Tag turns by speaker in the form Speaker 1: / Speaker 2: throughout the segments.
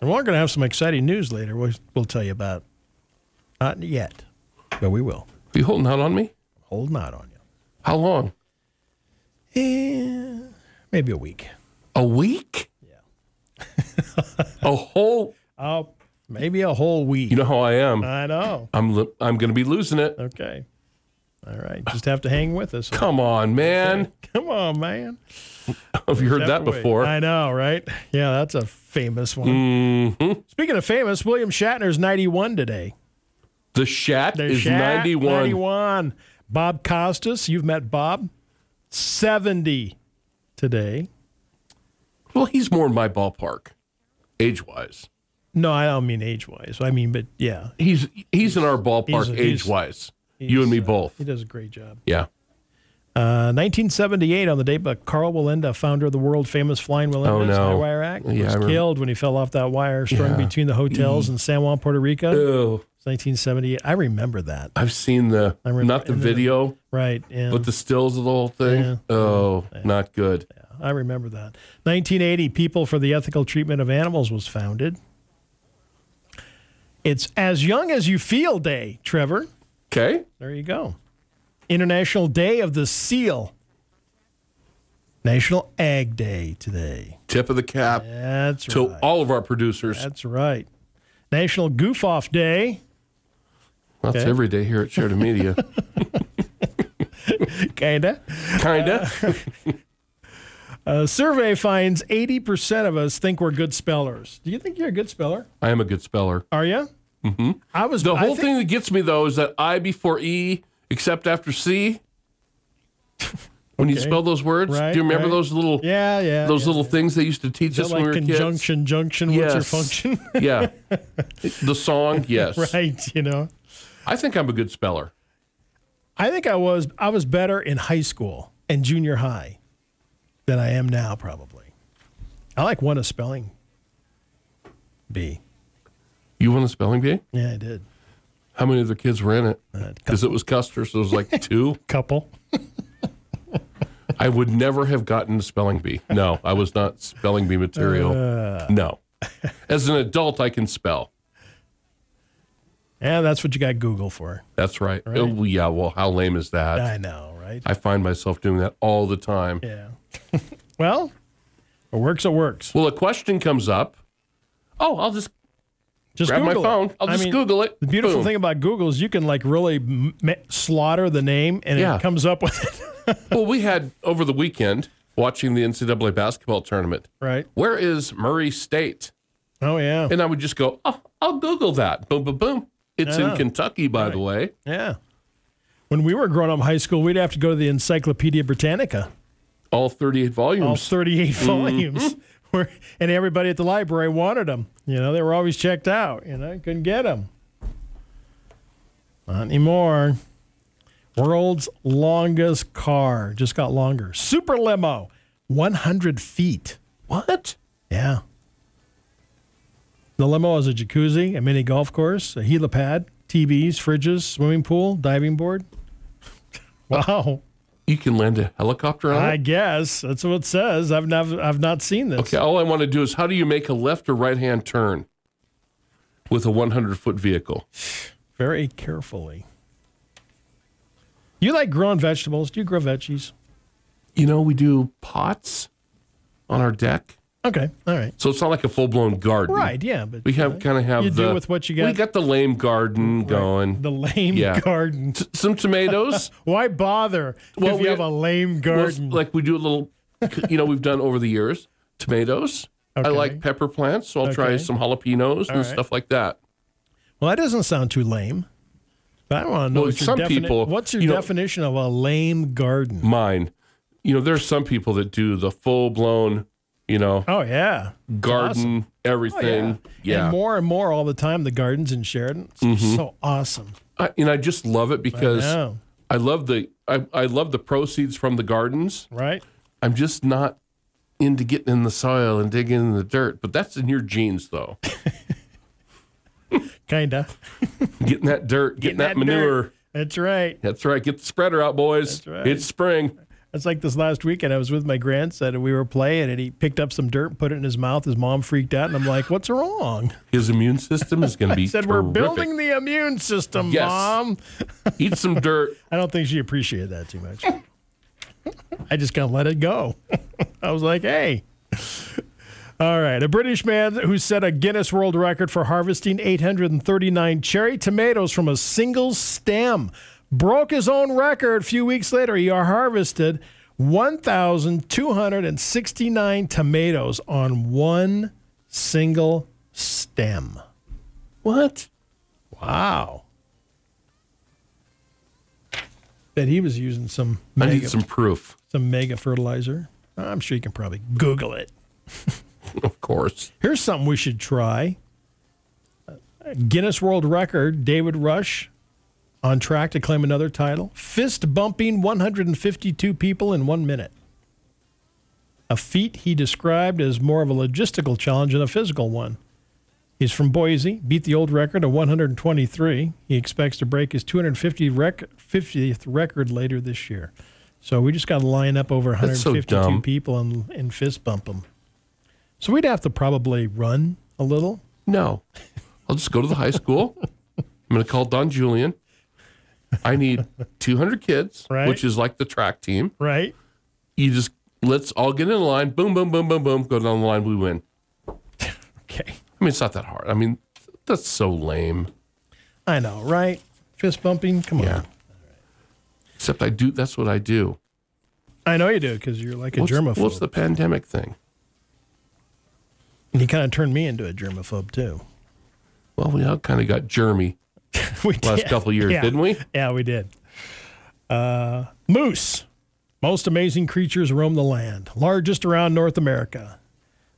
Speaker 1: And we're going to have some exciting news later. We'll, we'll tell you about. Not yet, but we will.
Speaker 2: You holding out on me?
Speaker 1: Holding out on
Speaker 2: How long?
Speaker 1: you. Eh, maybe a week.
Speaker 2: A week? Yeah. a whole.
Speaker 1: Oh, maybe a whole week.
Speaker 2: You know how I am.
Speaker 1: I know.
Speaker 2: I'm li- I'm going to be losing it.
Speaker 1: Okay. All right. Just have to hang with us.
Speaker 2: Come on, man.
Speaker 1: Come on, man.
Speaker 2: Have you heard that
Speaker 1: Have to wait.
Speaker 2: before?
Speaker 1: I know, right? Yeah, that's a famous one.
Speaker 2: hmm
Speaker 1: Speaking of famous, William Shatner's 91 today.
Speaker 2: The Shat
Speaker 1: The
Speaker 2: is
Speaker 1: Shat,
Speaker 2: 91.
Speaker 1: 91. Bob Costas, you've met Bob, 70 today.
Speaker 2: Well, he's more in my ballpark, age wise.
Speaker 1: No, I don't mean age wise. I mean, but yeah,
Speaker 2: He's he's in our ballpark
Speaker 1: he's-
Speaker 2: age wise. You and me
Speaker 1: he's, uh,
Speaker 2: both.
Speaker 1: he does a great job.
Speaker 2: Yeah.
Speaker 1: Uh, 1978, on the day, but Carl Walenda, founder of the world famous Flying Walenda's
Speaker 2: Oh, no.
Speaker 1: High Wire Act,
Speaker 2: Yeah, I
Speaker 1: was
Speaker 2: remember.
Speaker 1: killed when he fell off that wire strung
Speaker 2: Yeah. Mm-hmm.
Speaker 1: between the hotels in San Juan, Puerto Rico. It's
Speaker 2: Oh,
Speaker 1: 1978. I remember that.
Speaker 2: I've seen the
Speaker 1: I remember-
Speaker 2: not the
Speaker 1: and then-
Speaker 2: video,
Speaker 1: Right. And
Speaker 2: but the stills of the whole thing.
Speaker 1: Yeah.
Speaker 2: Oh, not good.
Speaker 1: I remember that. 1980, People for the Ethical Treatment of Animals was founded. It's As Young as You Feel Day, Trevor.
Speaker 2: Okay.
Speaker 1: There you go. International Day of the Seal. National Ag Day today.
Speaker 2: Tip of the cap
Speaker 1: That's
Speaker 2: to
Speaker 1: right.
Speaker 2: all of our producers.
Speaker 1: That's right. National Goof Off Day.
Speaker 2: That's
Speaker 1: Okay.
Speaker 2: every day here at Sheridan Media.
Speaker 1: Kinda.
Speaker 2: Kinda.
Speaker 1: A survey finds 80% of us think we're good spellers. Do you think you're a good speller?
Speaker 2: I am a good speller.
Speaker 1: Are you? Mm-hmm. I was
Speaker 2: The
Speaker 1: I
Speaker 2: whole
Speaker 1: think-
Speaker 2: thing that gets me though is that I before E, except after C. When you
Speaker 1: Okay.
Speaker 2: spell those words,
Speaker 1: Right,
Speaker 2: do you remember
Speaker 1: right.
Speaker 2: those little
Speaker 1: Yeah, yeah.
Speaker 2: those
Speaker 1: yeah.
Speaker 2: little things they used to teach
Speaker 1: Is
Speaker 2: us
Speaker 1: that
Speaker 2: when
Speaker 1: like
Speaker 2: we were kids?
Speaker 1: conjunction, junction, what's your
Speaker 2: Yes.
Speaker 1: function?
Speaker 2: yeah. The song, yes.
Speaker 1: right, you know.
Speaker 2: I think I'm a good speller.
Speaker 1: I think I was I was better in high school and junior high than I am now probably. I like one of spelling B.
Speaker 2: You won a spelling bee?
Speaker 1: Yeah, I did.
Speaker 2: How many other kids were in it?
Speaker 1: Uh,
Speaker 2: Because it was Custer, so it was like two.
Speaker 1: Couple.
Speaker 2: I would never have gotten a spelling bee. No, I was not spelling bee material.
Speaker 1: Uh.
Speaker 2: no. As an adult, I can spell.
Speaker 1: Yeah, that's what you got Google for.
Speaker 2: That's right. Oh, yeah, well, how lame is that?
Speaker 1: I know, right?
Speaker 2: I find myself doing that all the time.
Speaker 1: Yeah. well, it works it works.
Speaker 2: Well, a question comes up. Oh, I'll just
Speaker 1: Just
Speaker 2: grab
Speaker 1: Google
Speaker 2: my
Speaker 1: it.
Speaker 2: phone. I'll
Speaker 1: I
Speaker 2: just
Speaker 1: mean,
Speaker 2: Google it.
Speaker 1: The beautiful
Speaker 2: Boom.
Speaker 1: thing about Google is you can like really m- ma- slaughter the name and
Speaker 2: Yeah.
Speaker 1: it comes up with it.
Speaker 2: Well, we had over the weekend watching the NCAA basketball tournament.
Speaker 1: right.
Speaker 2: Where is Murray State?
Speaker 1: Oh yeah.
Speaker 2: And I would just go, oh, I'll Google that. Boom, boom, boom. It's
Speaker 1: Yeah.
Speaker 2: in Kentucky, by the way.
Speaker 1: Yeah. When we were growing up in high school, we'd have to go to the Encyclopedia Britannica,
Speaker 2: All 38
Speaker 1: all
Speaker 2: volumes.
Speaker 1: 38 volumes, where, and everybody at the library wanted them. You know, they were always checked out. You know, couldn't get them. Not anymore. World's longest car just got longer. Super limo, 100 feet.
Speaker 2: what?
Speaker 1: Yeah. The limo has a jacuzzi, a mini golf course, a helipad, TVs, fridges, swimming pool, diving board. Wow.
Speaker 2: You can land a helicopter on
Speaker 1: I
Speaker 2: it?
Speaker 1: guess that's what it says. I've not I've not seen this.
Speaker 2: Okay, all I want to do is how do you make a left or right hand turn with a 100 foot vehicle?
Speaker 1: Very carefully. You like growing vegetables? Do you grow veggies?
Speaker 2: You know, we do pots on our deck.
Speaker 1: Okay. All right.
Speaker 2: So it's not like a full blown garden.
Speaker 1: Right. Yeah. But
Speaker 2: We have kind of have
Speaker 1: You
Speaker 2: the
Speaker 1: do with what you
Speaker 2: We
Speaker 1: got.
Speaker 2: got the lame garden going.
Speaker 1: the lame
Speaker 2: Yeah.
Speaker 1: garden.
Speaker 2: T- some tomatoes.
Speaker 1: Why bother
Speaker 2: Well,
Speaker 1: if
Speaker 2: we-
Speaker 1: you have a lame
Speaker 2: Well,
Speaker 1: garden?
Speaker 2: like we do a little, you know, we've done over the years tomatoes. I
Speaker 1: Okay.
Speaker 2: like pepper plants, so I'll try
Speaker 1: Okay.
Speaker 2: some jalapenos and
Speaker 1: right.
Speaker 2: stuff like that.
Speaker 1: Well, that doesn't sound too lame. But I don't want to know
Speaker 2: Well,
Speaker 1: what your
Speaker 2: some
Speaker 1: defini-
Speaker 2: people,
Speaker 1: What's your
Speaker 2: you know-
Speaker 1: definition of a lame garden?
Speaker 2: Mine, you know, there's some people that do the full blown, you know,
Speaker 1: Oh yeah,
Speaker 2: garden everything. yeah,
Speaker 1: Oh, And more and more all the time. The gardens in Sheridan, it's so awesome.
Speaker 2: I, and I just love it because I,
Speaker 1: Yeah,
Speaker 2: love the I, I love the proceeds from the gardens.
Speaker 1: right.
Speaker 2: I'm just not into getting in the soil and digging in the dirt, but that's in your genes though.
Speaker 1: Kinda
Speaker 2: getting that dirt, getting,
Speaker 1: dirt.
Speaker 2: that, manure.
Speaker 1: That's right.
Speaker 2: That's right. Get the spreader out, boys.
Speaker 1: That's right.
Speaker 2: It's spring.
Speaker 1: It's like this last weekend. I was with my grandson and we were playing, and he picked up some dirt and put it in his mouth. His mom freaked out, and I'm like, "What's wrong?"
Speaker 2: His immune system is going to be.
Speaker 1: He said, "We're
Speaker 2: terrific.
Speaker 1: building the immune system,
Speaker 2: Yes.
Speaker 1: mom."
Speaker 2: Eat some dirt.
Speaker 1: I don't think she appreciated that too much. I just kind of let it go. I was like, hey. All right. A British man who set a Guinness World Record for harvesting 839 cherry tomatoes from a single stem broke his own record. A few weeks later, he harvested 1,269 tomatoes on one single stem.
Speaker 2: What?
Speaker 1: Wow. That he was using some
Speaker 2: I
Speaker 1: mega,
Speaker 2: need some proof.
Speaker 1: some mega fertilizer. I'm sure you can probably Google it.
Speaker 2: Of course.
Speaker 1: Here's something we should try. Guinness World Record, David Rush on track to claim another title. Fist bumping 152 people in one minute. A feat he described as more of a logistical challenge than a physical one. He's from Boise, beat the old record of 123. He expects to break his 250 rec- 50th record later this year. So we just got to line up over
Speaker 2: That's so
Speaker 1: 152
Speaker 2: dumb.
Speaker 1: people and, and fist bump them. So we'd have to probably run a little.
Speaker 2: No. I'll just go to the high school. I'm going to call Don Julian. I need 200 kids,
Speaker 1: Right.
Speaker 2: which is like the track team.
Speaker 1: Right.
Speaker 2: You just let's all get in line. Boom, boom, boom, boom, boom. Go down the line. We win.
Speaker 1: Okay.
Speaker 2: I mean, it's not that hard. I mean, that's so lame.
Speaker 1: I know, right? Fist bumping. Come on.
Speaker 2: Yeah. Except I do. That's what I do.
Speaker 1: I know you do because you're like a
Speaker 2: What's,
Speaker 1: germaphobe.
Speaker 2: what's the pandemic thing?
Speaker 1: and you kind of turned me into a germaphobe too.
Speaker 2: Well, we all kind of got germy
Speaker 1: we
Speaker 2: last
Speaker 1: did.
Speaker 2: couple years,
Speaker 1: Yeah.
Speaker 2: didn't we?
Speaker 1: Yeah, we did. Uh, moose. Most amazing creatures roam the land, largest around North America.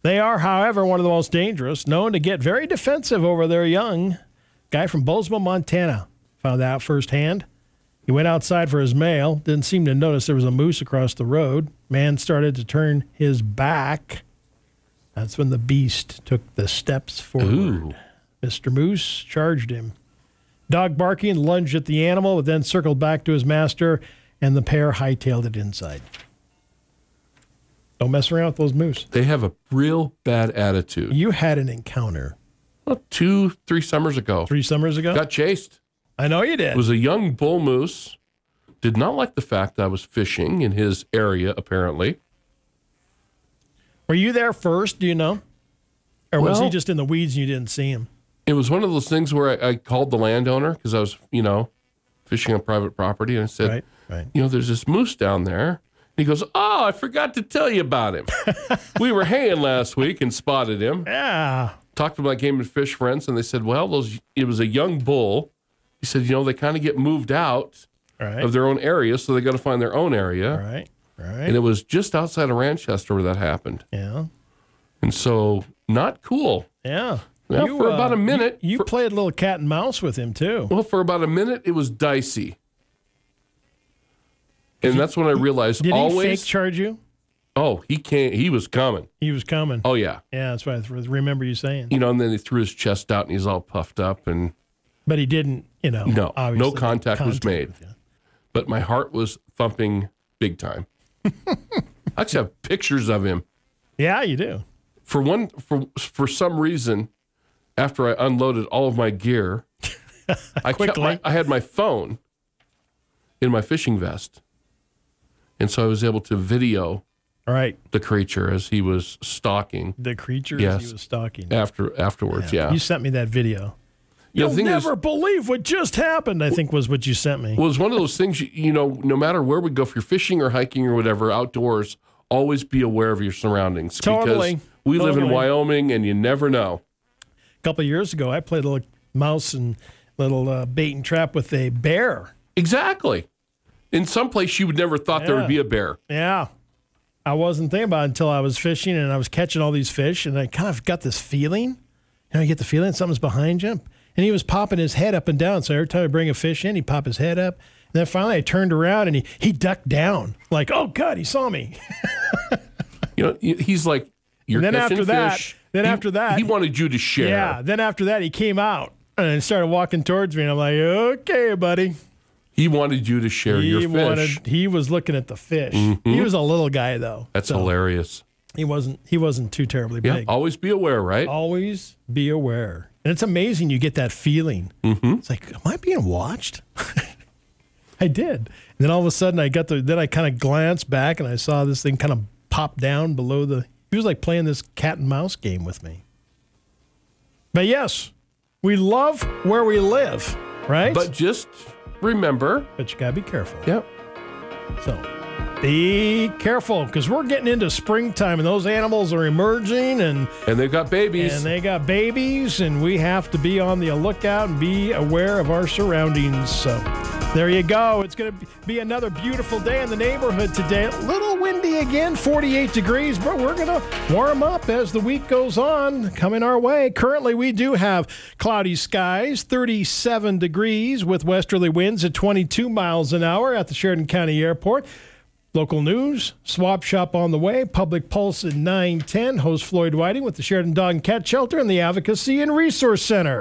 Speaker 1: They are, however, one of the most dangerous, known to get very defensive over their young. Guy from Bozeman, Montana, found that out firsthand. He went outside for his mail, didn't seem to notice there was a moose across the road. Man started to turn his back. That's when the beast took the steps forward.
Speaker 2: Ooh.
Speaker 1: Mr. Moose charged him. Dog barking lunged at the animal, but then circled back to his master, and the pair hightailed it inside. Don't mess around with those moose.
Speaker 2: They have a real bad attitude.
Speaker 1: You had an encounter
Speaker 2: Well, two, three summers ago,
Speaker 1: three summers ago.
Speaker 2: got chased.
Speaker 1: I know you did.
Speaker 2: It was a young bull moose. Did not like the fact that I was fishing in his area, apparently.
Speaker 1: Were you there first? Do you know? Or was he
Speaker 2: Well-
Speaker 1: just in the weeds and you didn't see him?
Speaker 2: It was one of those things where I, I called the landowner because I was, you know, fishing on private property. And I said,
Speaker 1: Right. Right.
Speaker 2: you know, there's this moose down there. And he goes, Oh, I forgot to tell you about him. we were haying last week and spotted him.
Speaker 1: Yeah.
Speaker 2: Talked to my game and fish friends, and they said, Well, those it was a young bull. He said, You know, they kind of get moved out
Speaker 1: Right.
Speaker 2: of their own area, so they got to find their own area.
Speaker 1: right. Right.
Speaker 2: And it was just outside of Ranchester where that happened.
Speaker 1: yeah.
Speaker 2: And so, not cool.
Speaker 1: Yeah.
Speaker 2: Yeah, for about a
Speaker 1: you- uh,
Speaker 2: minute,
Speaker 1: You,
Speaker 2: for-
Speaker 1: played a little cat and mouse with him too.
Speaker 2: Well, for about a minute, it was dicey. And that's when I realized
Speaker 1: Did he
Speaker 2: always,
Speaker 1: fake charge you?
Speaker 2: oh, he can't, he was coming.
Speaker 1: He was coming.
Speaker 2: Oh, yeah.
Speaker 1: Yeah, that's what I th- remember you saying.
Speaker 2: you know, and then he threw his chest out and he's all puffed up. And
Speaker 1: But he didn't, you know.
Speaker 2: No, no
Speaker 1: obviously
Speaker 2: contact was made.
Speaker 1: with you.
Speaker 2: but my heart was thumping big time. I actually have pictures of him
Speaker 1: Yeah, you do.
Speaker 2: for one for for some reason. After I unloaded all of my gear, I kept my,
Speaker 1: Quickly.
Speaker 2: I had my phone in my fishing vest, and so I was able to video
Speaker 1: All right.
Speaker 2: the creature as he was stalking
Speaker 1: The creatures
Speaker 2: Yes.
Speaker 1: he was stalking.
Speaker 2: after afterwards. Yeah,
Speaker 1: You sent me that video.
Speaker 2: Yeah, the
Speaker 1: You'll
Speaker 2: thing is-
Speaker 1: never believe what just happened, I think was what you sent me.
Speaker 2: Well, it's one of those things, you, you know, no matter where we go, if you're fishing or hiking or whatever outdoors, always be aware of your surroundings.
Speaker 1: Totally.
Speaker 2: Because we live in
Speaker 1: Totally.
Speaker 2: Wyoming and you never know.
Speaker 1: a couple of years ago, I played a little mouse and little uh, bait and trap with a bear.
Speaker 2: Exactly. In some place you would never thought there
Speaker 1: Yeah.
Speaker 2: would be a bear.
Speaker 1: Yeah. I wasn't thinking about it until I was fishing and I was catching all these fish and I kind of got this feeling. You know, you get the feeling something's behind you. And he was popping his head up and down. So every time I bring a fish in, he pop his head up. And then finally I turned around and he, he ducked down. Like, oh God, he saw me.
Speaker 2: You know, he- he's like, you're
Speaker 1: then
Speaker 2: catching
Speaker 1: after that-
Speaker 2: fish.
Speaker 1: then
Speaker 2: He-
Speaker 1: after that-
Speaker 2: he wanted you to share.
Speaker 1: Yeah. Then after that he came out and started walking towards me. And I'm like, okay, buddy.
Speaker 2: He wanted you to share your
Speaker 1: He
Speaker 2: fish. Mm-hmm.
Speaker 1: wanted. He was looking at the fish. He was a little guy though.
Speaker 2: That's
Speaker 1: so
Speaker 2: hilarious.
Speaker 1: He wasn't. He wasn't too terribly
Speaker 2: Yeah,
Speaker 1: big.
Speaker 2: always be aware, right?
Speaker 1: Always be aware, and it's amazing you get that feeling.
Speaker 2: Mm-hmm.
Speaker 1: It's like, am I being watched? I did. And then all of a sudden, I got the. Then I kind of glanced back and I saw this thing kind of pop down below the. He was like playing this cat and mouse game with me. But yes, we love where we live, right?
Speaker 2: But just remember,
Speaker 1: but you gotta be careful.
Speaker 2: yep,
Speaker 1: So be careful because we're getting into springtime and those animals are emerging and,
Speaker 2: and they've got babies.
Speaker 1: and they got babies and we have to be on the lookout and be aware of our surroundings. So there you go. It's going to be another beautiful day in the neighborhood today. A little windy again, 48 degrees, but we're going to warm up as the week goes on coming our way. Currently, we do have cloudy skies, 37 degrees with westerly winds at 22 miles an hour at the Sheridan County Airport. Local news, swap shop on the way, public pulse at 910. Host Floyd Whiting with the Sheridan Dog and Cat Shelter and the Advocacy and Resource Center.